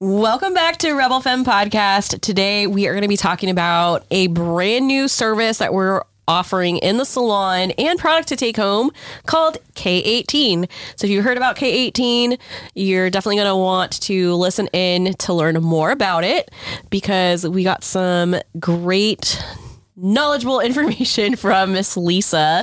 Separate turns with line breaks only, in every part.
Welcome back to Rebel Femme Podcast. Today we are going to be talking about a brand new service that we're offering in the salon and product to take home called K18. So if you heard about K18, you're definitely going to want to listen in to learn more about it because we got some great knowledgeable information from Miss Lisa.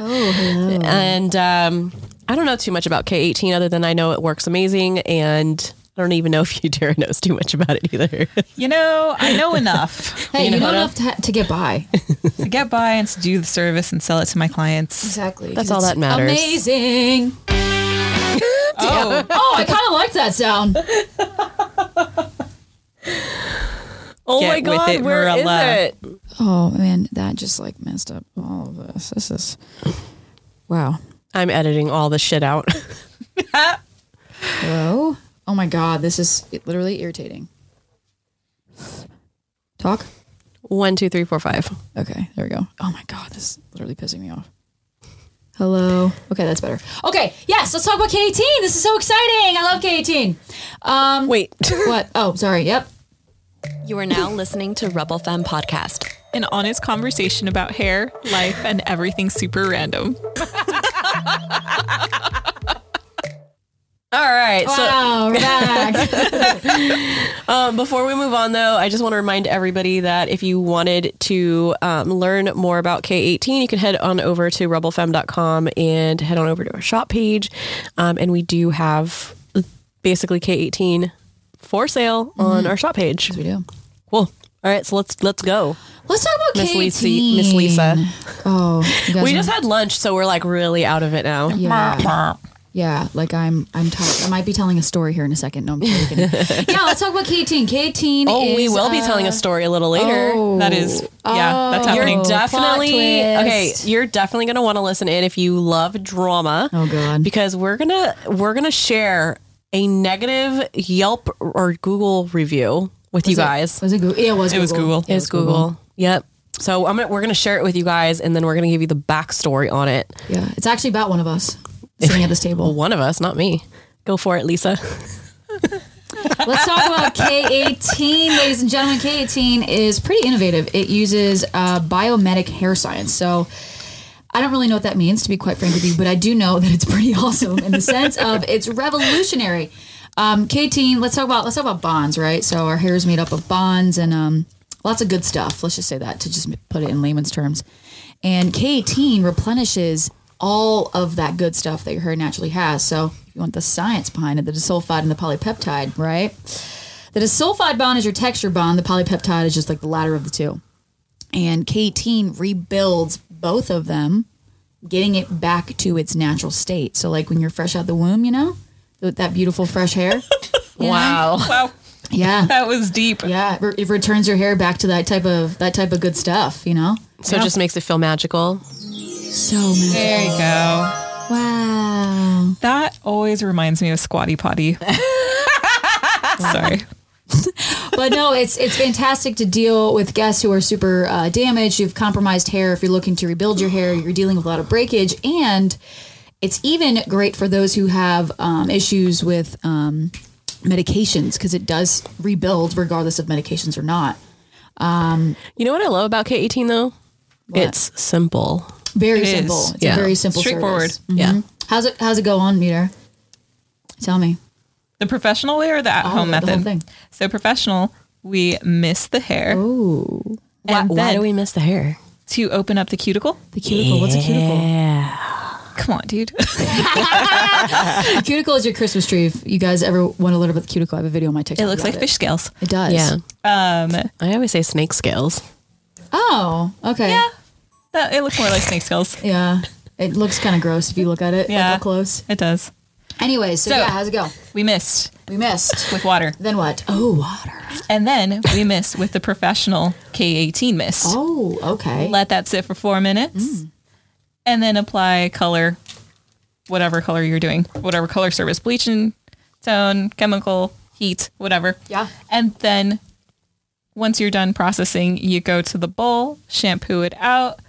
And um, I don't know too much about K18 other than I know it works amazing. And I don't even know if you, Tara, knows too much about it either.
You know, I know enough
Hey, you know,
know how
enough to, ha- to get by.
to get by and to do the service and sell it to my clients.
Exactly.
That's
'cause
all
it's
that matters.
Amazing.
Oh,
Oh, I kind of like that sound.
oh
Get
my
with
God,
it,
where is
Marilla.
it?
Oh man, that just like messed up all of this. This is wow.
I'm editing all the shit out.
Hello. Oh my god, this is literally irritating. Talk.
One, two, three, four, five.
Okay, there we go. Oh my god, this is literally pissing me off. Hello. Okay, that's better. Okay, yes, let's talk about K eighteen. This is so exciting. I love K eighteen. Um,
Wait.
what? Oh, sorry. Yep.
You are now listening to Rebel Femme Podcast.
an honest conversation about hair, life, and everything super random.
all right. So
Wow, we're back.
Um, before we move on, though, I just want to remind everybody that if you wanted to um, learn more about K18, you can head on over to rebelfem.com and head on over to our shop page. Um, and we do have basically K18 for sale
Mm-hmm.
on our shop page.
we do.
Cool. All right, so let's let's go.
Let's talk about
Miss
K
Lisa-
eighteen.
Miss Lisa.
Oh, you guys
We
are-
just had lunch, so we're like really out of it now.
Yeah. yeah, like I'm I'm tired. I might be telling a story here in a second. No, I'm totally kidding. yeah, let's talk about K18. K18
Oh, we
is,
will be
uh,
telling a story a little later.
oh.
That is, yeah, that's
Oh.
happening.
You're
plot
definitely okay.
twist.
You're definitely gonna want to listen in if you love drama.
Oh, God.
because we're gonna we're gonna share a negative Yelp or Google review with you
was it-
guys.
Was it Google? Yeah, it was
It was Google.
Yeah,
Is Google. Yep. So I'm gonna, we're gonna share it with you guys, and then we're gonna give you the backstory on it.
Yeah, it's actually about one of us sitting at this table.
One of us, not me. Go for it, Lisa.
Let's talk about K18, ladies and gentlemen. K18 is pretty innovative. It uses uh, biomedic hair science. So I don't really know what that means, to be quite frank with you, but I do know that it's pretty awesome in the sense of it's revolutionary. Um, K18, let's talk about let's talk about bonds, right? So our hair is made up of bonds and um, lots of good stuff. Let's just say that to just put it in layman's terms. And K18 replenishes all of that good stuff that your hair naturally has. So if you want the science behind it, the disulfide and the polypeptide, right? The disulfide bond is your texture bond. The polypeptide is just like the latter of the two and K18 rebuilds both of them, getting it back to its natural state. So, like when you're fresh out the womb, you know, with that beautiful fresh hair.
Wow.
Wow,
Yeah.
that was deep.
Yeah, it, re- it returns your hair back to that type of that type of good stuff, you know.
So it just makes it feel magical.
So many.
There you go.
wow.
That always reminds me of Squatty Potty. Sorry.
But no, it's it's fantastic to deal with guests who are super uh, damaged, who've compromised hair. If you're looking to rebuild your hair, you're dealing with a lot of breakage, and it's even great for those who have um, issues with um, medications because it does rebuild regardless of medications or not.
You know what I love about K18 though? It's simple.
Very
It is,
simple. It's
yeah.
a very simple,
Straightforward.
service. Mm-hmm.
Yeah.
How's it? How's it go on, meter? Tell me.
The professional way or the at home
of it, the
method?
whole thing.
So professional, we miss the hair. Ooh.
why,
And then
why do we miss the hair?
to open up the cuticle?
The cuticle. What's a cuticle?
Come on, dude.
A cuticle is your Christmas tree. If you guys ever want to learn about the cuticle, I have a video on my TikTok.
It looks
about
like fish scales.
It does.
Yeah.
Um,
I always say snake scales.
Oh. Okay.
yeah, that, uh, it looks more like snake scales.
Yeah. It looks kind of gross if you look at it
Yeah.
yeah. like up close.
It does.
Anyways, so,
So-
yeah, how's it go?
We missed
We missed.
with water,
Then what? Oh, water.
and then we missed with the professional K18 mist.
Oh, okay.
Let that sit for four minutes, and then apply color, whatever color you're doing, whatever color service, bleaching, tone, chemical, heat, whatever.
Yeah.
And then once you're done processing, you go to the bowl, shampoo it out,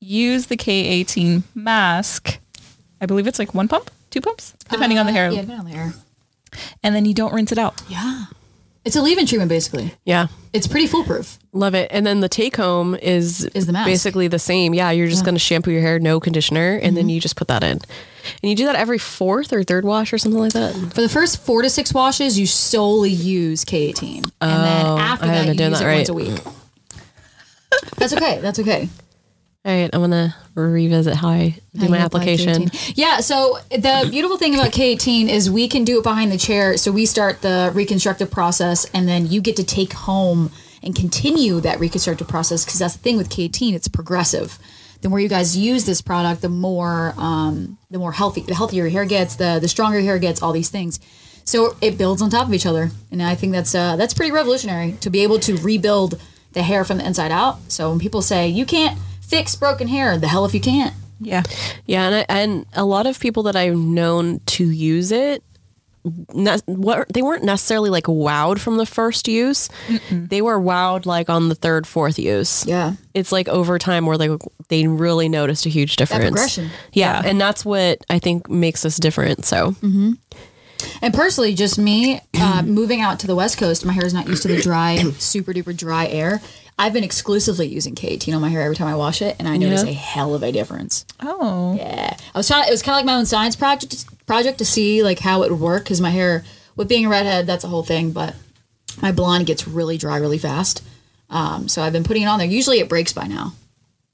use the K18 mask. I believe it's like one
Uh,
pump, two pumps, depending on the hair.
Yeah, depending on the hair.
And then you don't rinse it out.
Yeah. It's a leave-in treatment, basically.
Yeah.
It's pretty foolproof.
Love it. And then the take home is
Is the mask.
basically the same. Yeah, you're just going to shampoo your hair, no conditioner, and
Mm-hmm.
then you just put that in. And you do that every fourth or third wash or something like that.
For the first four to six washes, you solely use K18, and then after
Oh, I haven't
that, you
been doing
use
that
it
right.
once a week. That's okay. That's okay.
All right, I'm going to revisit how I do
How
my
you apply
application.
K18. Yeah. So the beautiful thing about K18 is we can do it behind the chair. So we start the reconstructive process, and then you get to take home and continue that reconstructive process because that's the thing with K18. It's progressive. The more you guys use this product, the more um, the more healthy the healthier your hair gets, the the stronger your hair gets. All these things. So it builds on top of each other, and I think that's uh, that's pretty revolutionary to be able to rebuild the hair from the inside out. So when people say you can't fix broken hair, the hell if you can't.
Yeah.
Yeah, and, I, and a lot of people that I've known to use it, ne- what they weren't necessarily like wowed from the first use. They were wowed like on the third, fourth use.
Yeah.
it's like over time where they they really noticed a huge difference.
progression.
Yeah, and that's what I think makes us different. So
Mm-hmm. And personally, just me uh, moving out to the West Coast, my hair is not used to the dry, super duper dry air. I've been exclusively using K18 on my hair every time I wash it, and I notice a hell of a difference.
Oh.
Yeah, I was trying. It was kind of like my own science project project to see like how it would work because my hair, with being a redhead, that's a whole thing. But my blonde gets really dry really fast, um, so I've been putting it on there. Usually, it breaks by now.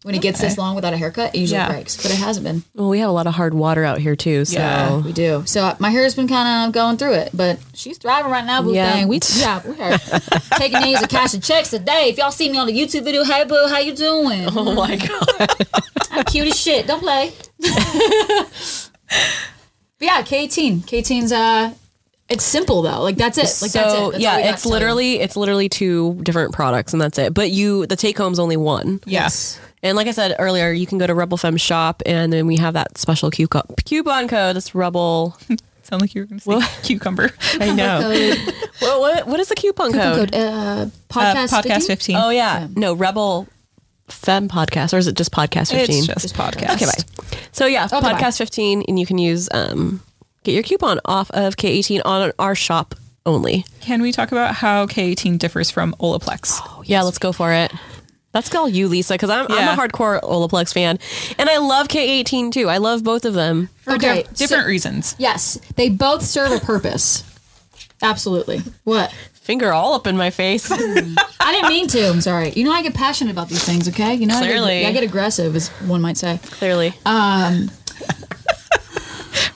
When it gets this long without a haircut, it usually
Yeah.
breaks, but it hasn't been.
well, we have a lot of hard water out here too. So
Yeah.
We do. So uh, my hair's been kind of going through it, but she's thriving right now, boo
Yeah.
thing. We yeah, we are taking names and cashing checks today. If y'all see me on the YouTube video, hey boo, how you doing?
oh my god,
I'm cute as shit. Don't play. but yeah, K18. K18's uh it's simple though. Like that's it. Like
so
that's it. That's all we
yeah,
got
it's
to tell you.
literally it's literally two different products, and that's it. But you the take home's only one.
Yes.
And like I said earlier, you can go to Rebel Femme shop, and then we have that special coupon coupon code. That's Rebel.
Sound like you were going to say cucumber. Uh, I know.
Code,
what, what what is the coupon, code?
code, uh,
Uh,
podcast,
podcast
15?
15.
Oh yeah, no Rebel Femme podcast, or is it just podcast fifteen?
It's just podcast.
Okay, bye. So yeah,
Okay, bye.
podcast fifteen, and you can use um get your coupon off of K eighteen on our shop only.
Can we talk about how K18 differs from Olaplex?
yeah, let's go for it. That's all you, Lisa, because I'm,
Yeah.
I'm a hardcore Olaplex fan, and I love K eighteen too. I love both of them.
For
Okay,
diff- different reasons.
Yes. They both serve a purpose. Absolutely. What?
Finger all up in my face.
I didn't mean to. I'm sorry. You know I get passionate about these things, okay? You know I get-
Clearly.
I get, aggressive, as one might say.
Clearly,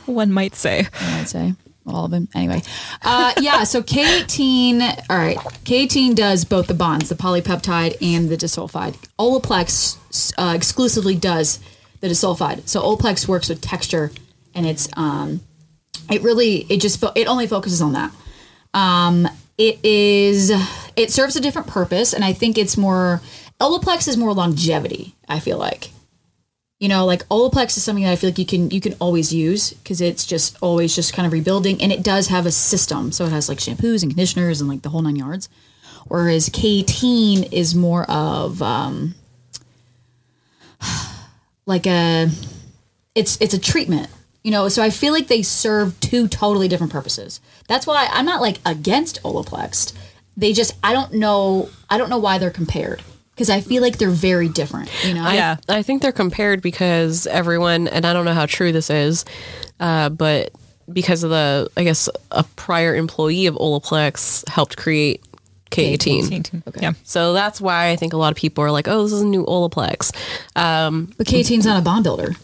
One might say.
I'd say all of them. Anyway, uh, yeah. So K18. All right, K18 does both the bonds, the polypeptide and the disulfide. Olaplex uh, exclusively does the disulfide. So Olaplex works with texture, and it's um, it really it just fo- it only focuses on that. Um, it is it serves a different purpose, and I think it's more Olaplex is more longevity. I feel like you know like olaplex is something that i feel like you can you can always use because it's just always just kind of rebuilding and it does have a system so it has like shampoos and conditioners and like the whole nine yards whereas k18 is more of um like a it's it's a treatment you know so i feel like they serve two totally different purposes that's why i'm not like against olaplex they just i don't know i don't know why they're compared because i feel like they're very different you know
I-
Yeah.
I, think they're compared because everyone, and I don't know how true this is, uh, but because of the, I guess, a prior employee of Olaplex helped create K18.
Okay. Mm-hmm. Yeah.
So that's why I think a lot of people are like, oh, this is a new Olaplex.
But K18's not a bond builder.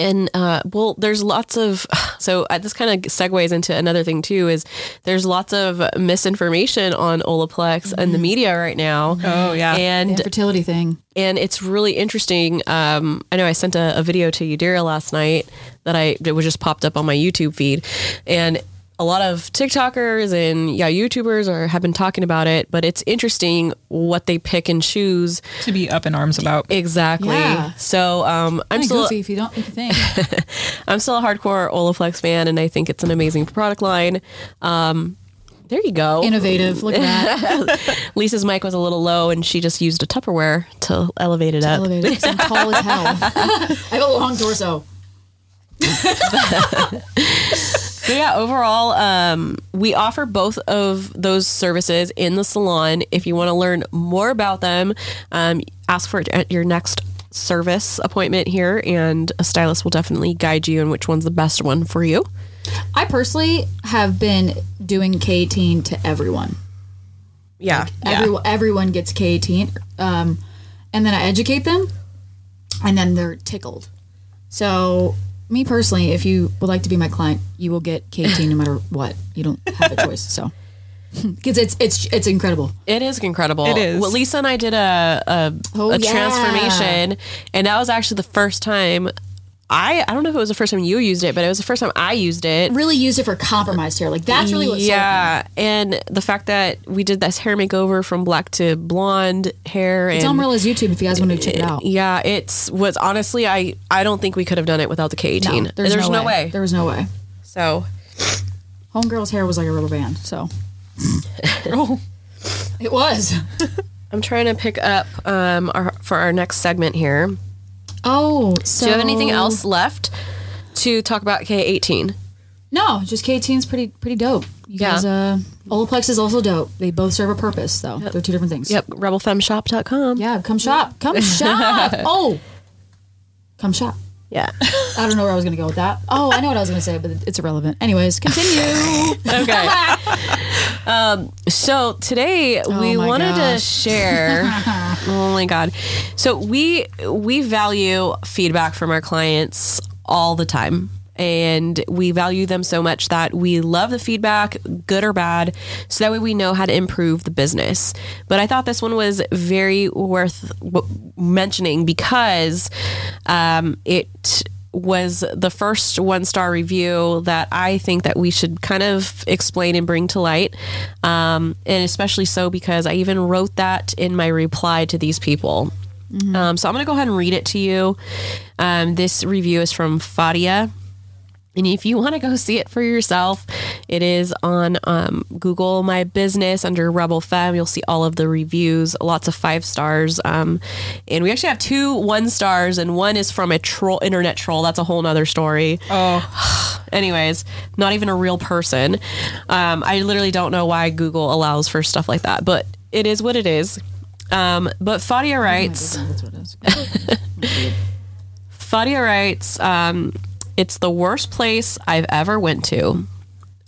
And uh, well, there's lots of so uh, this kind of segues into another thing too is there's lots of misinformation on Olaplex and the media right now.
Mm-hmm. Oh, yeah.
and
Fertility thing.
and it's really interesting. Um, I know I sent a, a video to Udira last night that I that was just popped up on my YouTube feed, and a lot of TikTokers and yeah YouTubers are have been talking about it. But it's interesting what they pick and choose
to be up in arms about.
exactly.
Yeah.
So um, I'm
Kinda
still
goofy if you don't if you think.
I'm still a hardcore Olaplex fan, and I think it's an amazing product line. Um, there you go.
Innovative. Look at that.
Lisa's mic was a little low, and she just used a Tupperware to elevate it up.
Elevated. 'cause I'm tall as hell. I have a long torso.
But yeah, overall, um, we offer both of those services in the salon. If you want to learn more about them, um, ask for it at your next service appointment here, and a stylist will definitely guide you on which one's the best one for you.
I personally have been doing K eighteen to everyone.
Yeah.
Everyone, everyone gets K eighteen, um, and then I educate them, and then they're tickled. So, me personally, if you would like to be my client, you will get K eighteen no matter what. You don't have a choice. So, because it's it's it's incredible.
It is incredible. It
is.
Well, Lisa and I did a a,
Oh,
a
yeah.
transformation, and that was actually the first time. I I don't know if it was the first time you used it, but it was the first time I used it.
Really use it for compromised hair. Like that's really what. sold me.
yeah, and the fact that we did this hair makeover from black to blonde hair
It's
and
on Marilla's YouTube if you guys want to check it out.
yeah, it's was honestly I I don't think we could have done it without the K
No,
eighteen.
there's, no, way. There was no way.
So
Homegirl's hair was like a rubber band. So
Oh,
it was.
I'm trying to pick up um our, for our next segment here.
Oh, so
Do you have anything else left to talk about K eighteen?
No, just K eighteen's pretty pretty dope. You
Yeah.
guys, uh, Olaplex is also dope. They both serve a purpose, though. They're two different things.
Yep, rebelfemshop.com.
Yeah, come shop, come shop. Oh, come shop.
Yeah.
I don't know where I was gonna go with that. Oh, I know what I was gonna say, but it's irrelevant. Anyways, continue.
okay. um, so today we
Oh my
wanted to
gosh.
share. oh my god! So we we value feedback from our clients all the time. And we value them so much that we love the feedback, good or bad, so that way we know how to improve the business. But I thought this one was very worth w- mentioning because um, it was the first one star review that I think that we should kind of explain and bring to light, um, and especially so because I even wrote that in my reply to these people. Um, so I'm going to go ahead and read it to you. Um, this review is from Fadia. And if you want to go see it for yourself, it is on um, Google My Business under Rebel Femme. You'll see all of the reviews, lots of five stars. Um, and we actually have two one stars, and one is from a troll, internet troll. That's a whole nother story. Anyways, not even a real person. Um, I literally don't know why Google allows for stuff like that, but it is what it is. Um, but Fadia writes.
That's what it is.
Fadia writes, um, "It's the worst place I've ever went to.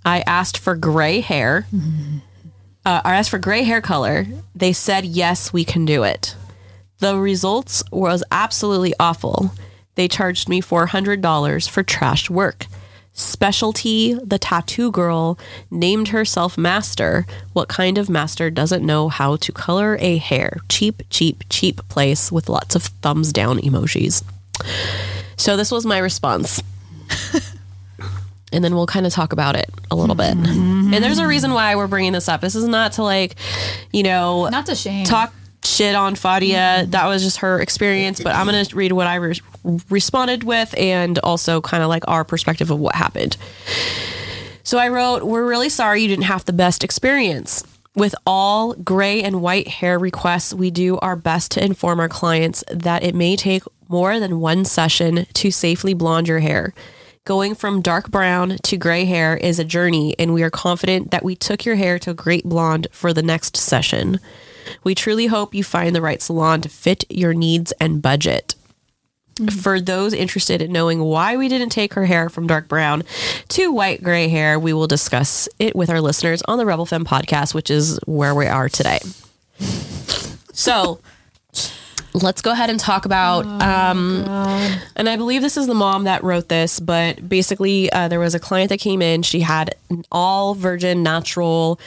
I asked for gray hair. Uh, I asked for gray hair color. They said yes, we can do it. The results was absolutely awful. They charged me four hundred dollars for trash work." Specialty, the tattoo girl, named herself Master. What kind of master doesn't know how to color a hair? Cheap, cheap, cheap place with lots of thumbs down emojis. So this was my response. and then we'll kind of talk about it a little bit.
Mm-hmm.
And there's a reason why we're bringing this up. This is not to like, you know,
Not to shame. Mm-hmm.
talk shit on Fadia. That was just her experience, but I'm going to read what I re- responded with and also kind of like our perspective of what happened. So I wrote, We're really sorry you didn't have the best experience. With all gray and white hair requests, we do our best to inform our clients that it may take more than one session to safely blonde your hair. Going from dark brown to gray hair is a journey, and we are confident that we took your hair to a great blonde for the next session. We truly hope you find the right salon to fit your needs and budget. For those interested in knowing why we didn't take her hair from dark brown to white gray hair, we will discuss it with our listeners on the Rebel Femme podcast, which is where we are today. So let's go ahead and talk about. um, and I believe this is the mom that wrote this, but basically, uh, there was a client that came in. She had an all virgin, natural,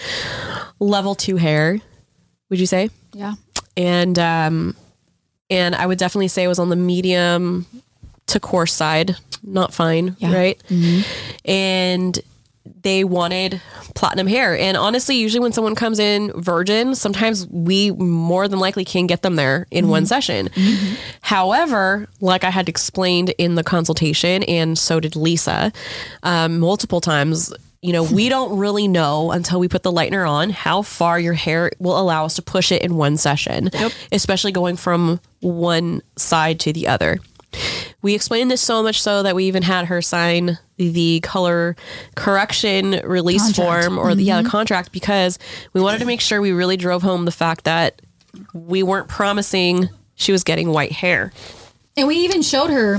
level two hair. Would you say?
yeah.
and um, and I would definitely say it was on the medium to coarse side, not fine, right? And they wanted platinum hair. And honestly, usually when someone comes in virgin, sometimes we more than likely can get them there in one session. However, like I had explained in the consultation, and so did Lisa um, multiple times. You know, we don't really know until we put the lightener on how far your hair will allow us to push it in one session, especially going from one side to the other. We explained this so much so that we even had her sign the color correction release
Contract.
form or the yeah, the contract because we wanted to make sure we really drove home the fact that we weren't promising she was getting white hair.
And we even showed her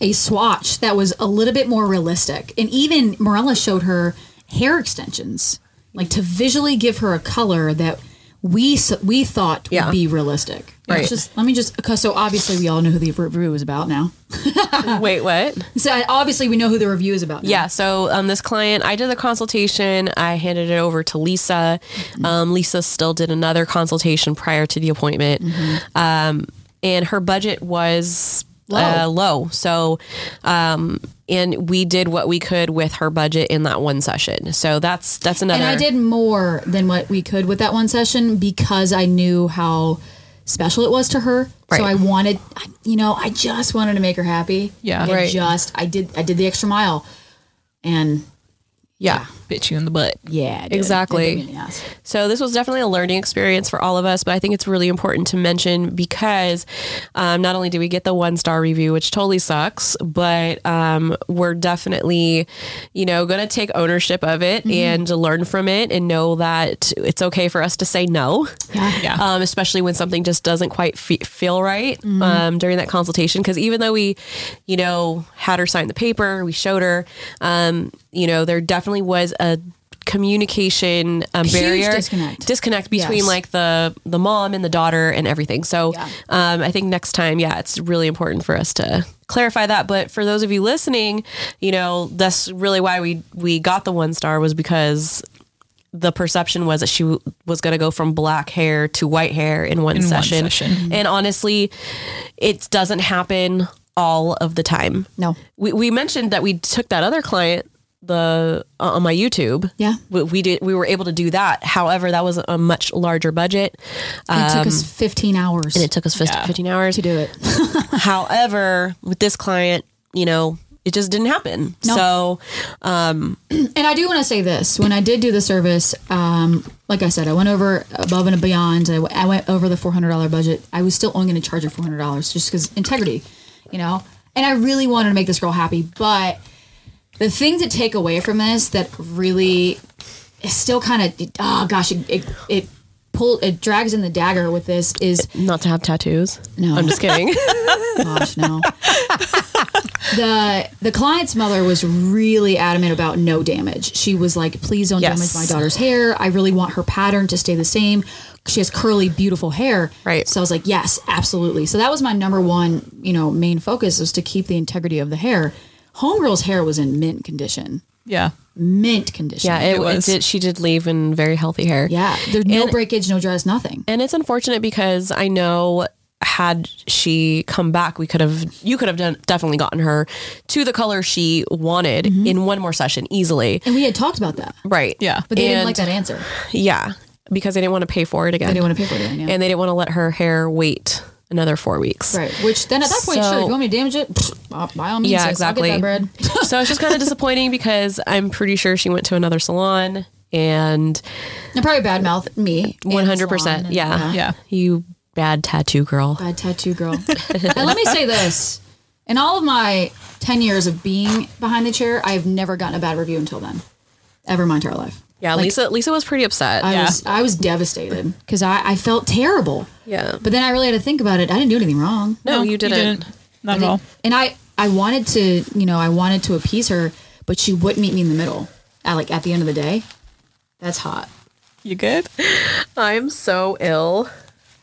a swatch that was a little bit more realistic. And even Morella showed her hair extensions, like to visually give her a color that we s- we thought
Yeah.
would be realistic.
Right.
Let's Just, let me just, 'cause so obviously we all know who the review is about now.
Wait, what?
So obviously we know who the review is about now.
Yeah. So um, this client, I did the consultation. I handed it over to Lisa.
Mm-hmm.
Um, Lisa still did another consultation prior to the appointment,
Mm-hmm.
um, and her budget was low. Uh, low. So, um, and we did what we could with her budget in that one session. So that's that's another.
And I did more than what we could with that one session because I knew how special it was to her.
Right.
So I wanted, I- you know, I just wanted to make her happy.
Yeah.
I
Right.
Just I did I did the extra mile, and
Yeah.
Bit you in the butt.
yeah, I did.
Exactly.
I did mean to ask.
So this was definitely a learning experience for all of us, but I think it's really important to mention because um, not only do we get the one star review, which totally sucks, but um, we're definitely, you know, going to take ownership of it and learn from it and know that it's okay for us to say no.
Yeah.
Yeah.
Um, especially when something just doesn't quite fe- feel right
Mm-hmm.
um, during that consultation. Because even though we, you know, had her sign the paper, we showed her, um, you know, there definitely was a communication um, barrier
disconnect.
disconnect between
Yes.
like the the mom and the daughter and everything. So
Yeah.
um, I think next time, yeah, it's really important for us to clarify that. But for those of you listening, you know, that's really why we we got the one star was because the perception was that she w- was going to go from black hair to white hair in one,
In one
session.
session.
And honestly, it doesn't happen all of the time.
No.
We, we mentioned that we took that other client the uh, on my YouTube.
Yeah.
We, we did we were able to do that. However, that was a much larger budget.
It took us 15 hours
Um, It took us 15,
Yeah.
15 hours.
to do it.
However, with this client, you know, it just didn't happen.
No.
So,
and I do want to say this: when I did do the service, um, like I said, I went over above and beyond. I, w- I went over the four hundred dollar budget. I was still only going to charge her four hundred dollars just because integrity, you know. And I really wanted to make this girl happy, but the thing to take away from this that really is still kind of oh gosh, it it, it pulled it drags in the dagger with this is
not to have tattoos.
No.
I'm just kidding.
gosh, no. the the client's mother was really adamant about no damage. She was like, "Please don't
Yes.
damage my daughter's hair. I really want her pattern to stay the same. She has curly, beautiful hair."
Right.
So I was like, "Yes, absolutely." So that was my number one, you know, main focus was to keep the integrity of the hair. Homegirl's hair was in mint condition.
Yeah.
Mint condition.
yeah, it,
It
was.
was.
did, she did leave in very healthy hair.
Yeah. There's no
And-
breakage, no dress, nothing.
And it's unfortunate because I know had she come back, we could have, you could have done, definitely gotten her to the color she wanted
Mm-hmm.
in one more session easily.
And we had talked about that.
Right.
Yeah.
But they didn't
And-
like that answer.
Yeah. Because they didn't want to pay for it again.
They didn't want to pay for it. again, Yeah.
And they didn't want to let her hair wait another four weeks.
Right. Which then at that point,
So-
sure, if you want me to damage it, pfft, by all means,
Yeah,
sis,
exactly.
I'll get that bread.
so it's just kind of disappointing because I'm pretty sure she went to another salon and
And probably bad mouth me. and the
100%.
salon and-
yeah.
Yeah.
You bad tattoo girl.
Bad tattoo girl. and let me say this. In all of my 10 years of being behind the chair, I have never gotten a bad review until then. Ever my entire life.
Yeah. Lisa, Lisa was pretty upset.
I
Yeah.
was I was devastated because I, I felt terrible.
Yeah.
But then I really had to think about it. I didn't do anything wrong.
no, you didn't.
Not at all.
And I I wanted to, you know, I wanted to appease her, but she wouldn't meet me in the middle. At like at the end of the day. That's hot.
You good?
I'm so ill.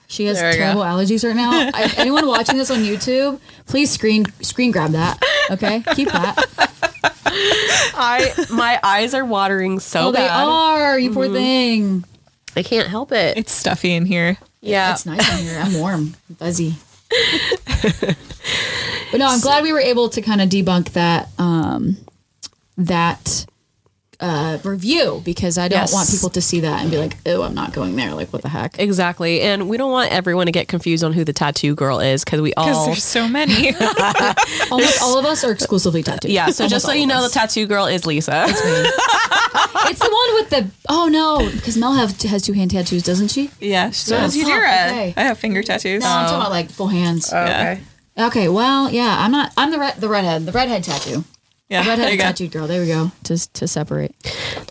She has
There we go.
terrible allergies right now. I, anyone watching this on YouTube, please screen screen grab that. Okay, keep that.
I my eyes are watering so
Oh, they
bad.
are you
Mm-hmm.
poor thing.
I can't help it.
It's stuffy in here.
yeah.
It's nice in here. I'm warm, I'm fuzzy. but no, I'm glad we were able to kind of debunk that um, that uh, review because I don't
Yes.
want people to see that and be like, "Oh, I'm not going there." Like, what the heck?
Exactly. And we don't want everyone to get confused on who the tattoo girl is because we
Because
all.
there's so many.
Almost all of us are exclusively tattooed.
Yeah. So just
Almost
so
all
you
of
know,
us.
the tattoo girl is Lisa.
it's the one with the oh no, because Mel have, has two hand tattoos, doesn't she?
yeah. So does
Oh,
Yadira.
okay. Oh,
I have finger tattoos.
Oh,
No, I'm talking about like full hands.
Yeah.
Okay, well, yeah, I'm not. I'm the red, the redhead, the redhead tattoo,
Yeah, there you
redhead
go.
tattooed girl. There we go. To to separate,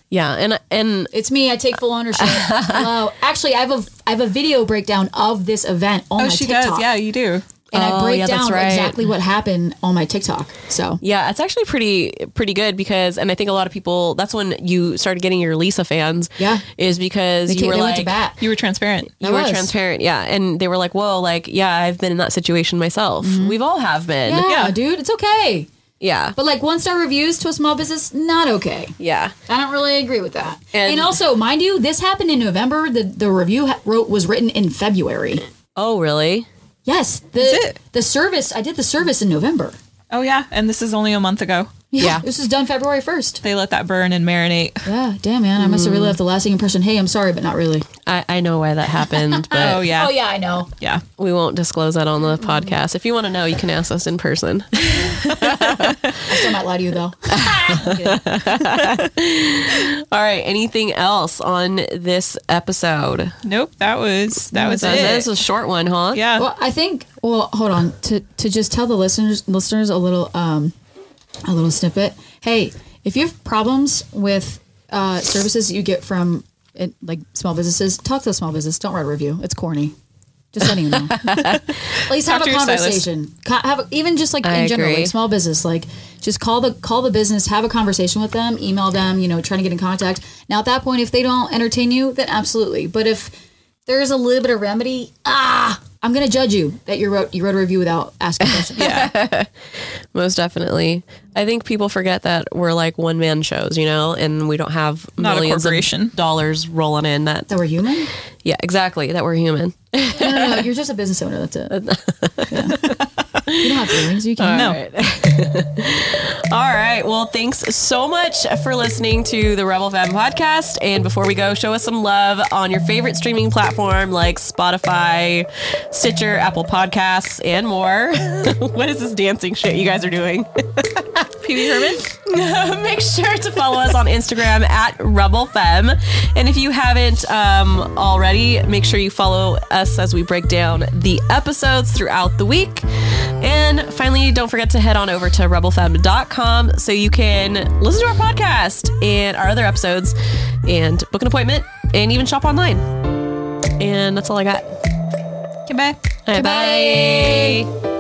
Yeah, and and
it's me. I take full ownership. Hello. Actually, I have a I have a video breakdown of this event on
Oh,
my
she
TikTok.
does. Yeah, you do.
and I
Oh,
break
yeah, that's
down
right.
exactly what happened on my TikTok. So
yeah, it's actually pretty pretty good because, and I think a lot of people. That's when you started getting your Lisa fans.
Yeah.
is because
they,
you
came,
were
they went
like.
to bat.
You were transparent.
You were
was.
transparent, yeah, and they were like, "Whoa, like, yeah, I've been in that situation myself. We've all have been,
Mm-hmm. Yeah,
Yeah.
dude, it's okay.
yeah,
But like one star reviews to a small business, not okay.
yeah,
I don't really agree with that.
And-
And, also, mind you, this happened in November. The the review ha- wrote was written in February.
oh, really?
Is
Yes, the
it?
the service I did the service in November.
Oh yeah, and this is only a month ago.
Yeah.
this was done February first.
They let that burn and marinate.
Yeah, damn man, I must have really left the lasting impression. Hey, I'm sorry, but not really.
I, I know why that happened, but
Oh yeah,
yeah, I know.
yeah.
we won't disclose that on the podcast. If you want to know, you can ask us in person.
I still might lie to you though.
All right. Anything else on this episode?
Nope, that was that was
That- that was
it.
a short one, huh?
Yeah,
Well, I think. Well, hold on to to just tell the listeners listeners a little um a little snippet. Hey, if you have problems with uh, services that you get from it, like small businesses, talk to a small business. Don't write a review. It's corny. Just letting you know. At least
Talk
have
to
a
your stylist.
conversation. Co- Have a- even just like in
I
general,
agree.
like small business, like just call the call the business, have a conversation with them, email them. You know, trying to get in contact. Now at that point, if they don't entertain you, then absolutely. But if there is a little bit of remedy, ah, I'm gonna judge you that you wrote you wrote a review without asking questions.
yeah,
Most definitely. I think people forget that we're like one man shows, you know, and we don't have
Not a
millions
corporation.
of dollars rolling in that.
That we're human.
Yeah, exactly. That we're human.
No, no, no. You're just a business owner. That's it. Yeah. You don't have feelings. You can't.
no,
All right. Well, thanks so much for listening to the Rebel Fam podcast. And before we go, show us some love on your favorite streaming platform like Spotify, Stitcher, Apple Podcasts, and more. what is this dancing shit you guys are doing?
PB Herman.
Make sure to follow us on Instagram at Rebel Fem. And if you haven't um, already, make sure you follow us as we break down the episodes throughout the week. And finally, don't forget to head on over to rebelfem.com so you can listen to our podcast and our other episodes and book an appointment and even shop online. And that's all I got.
Goodbye.
All right, bye.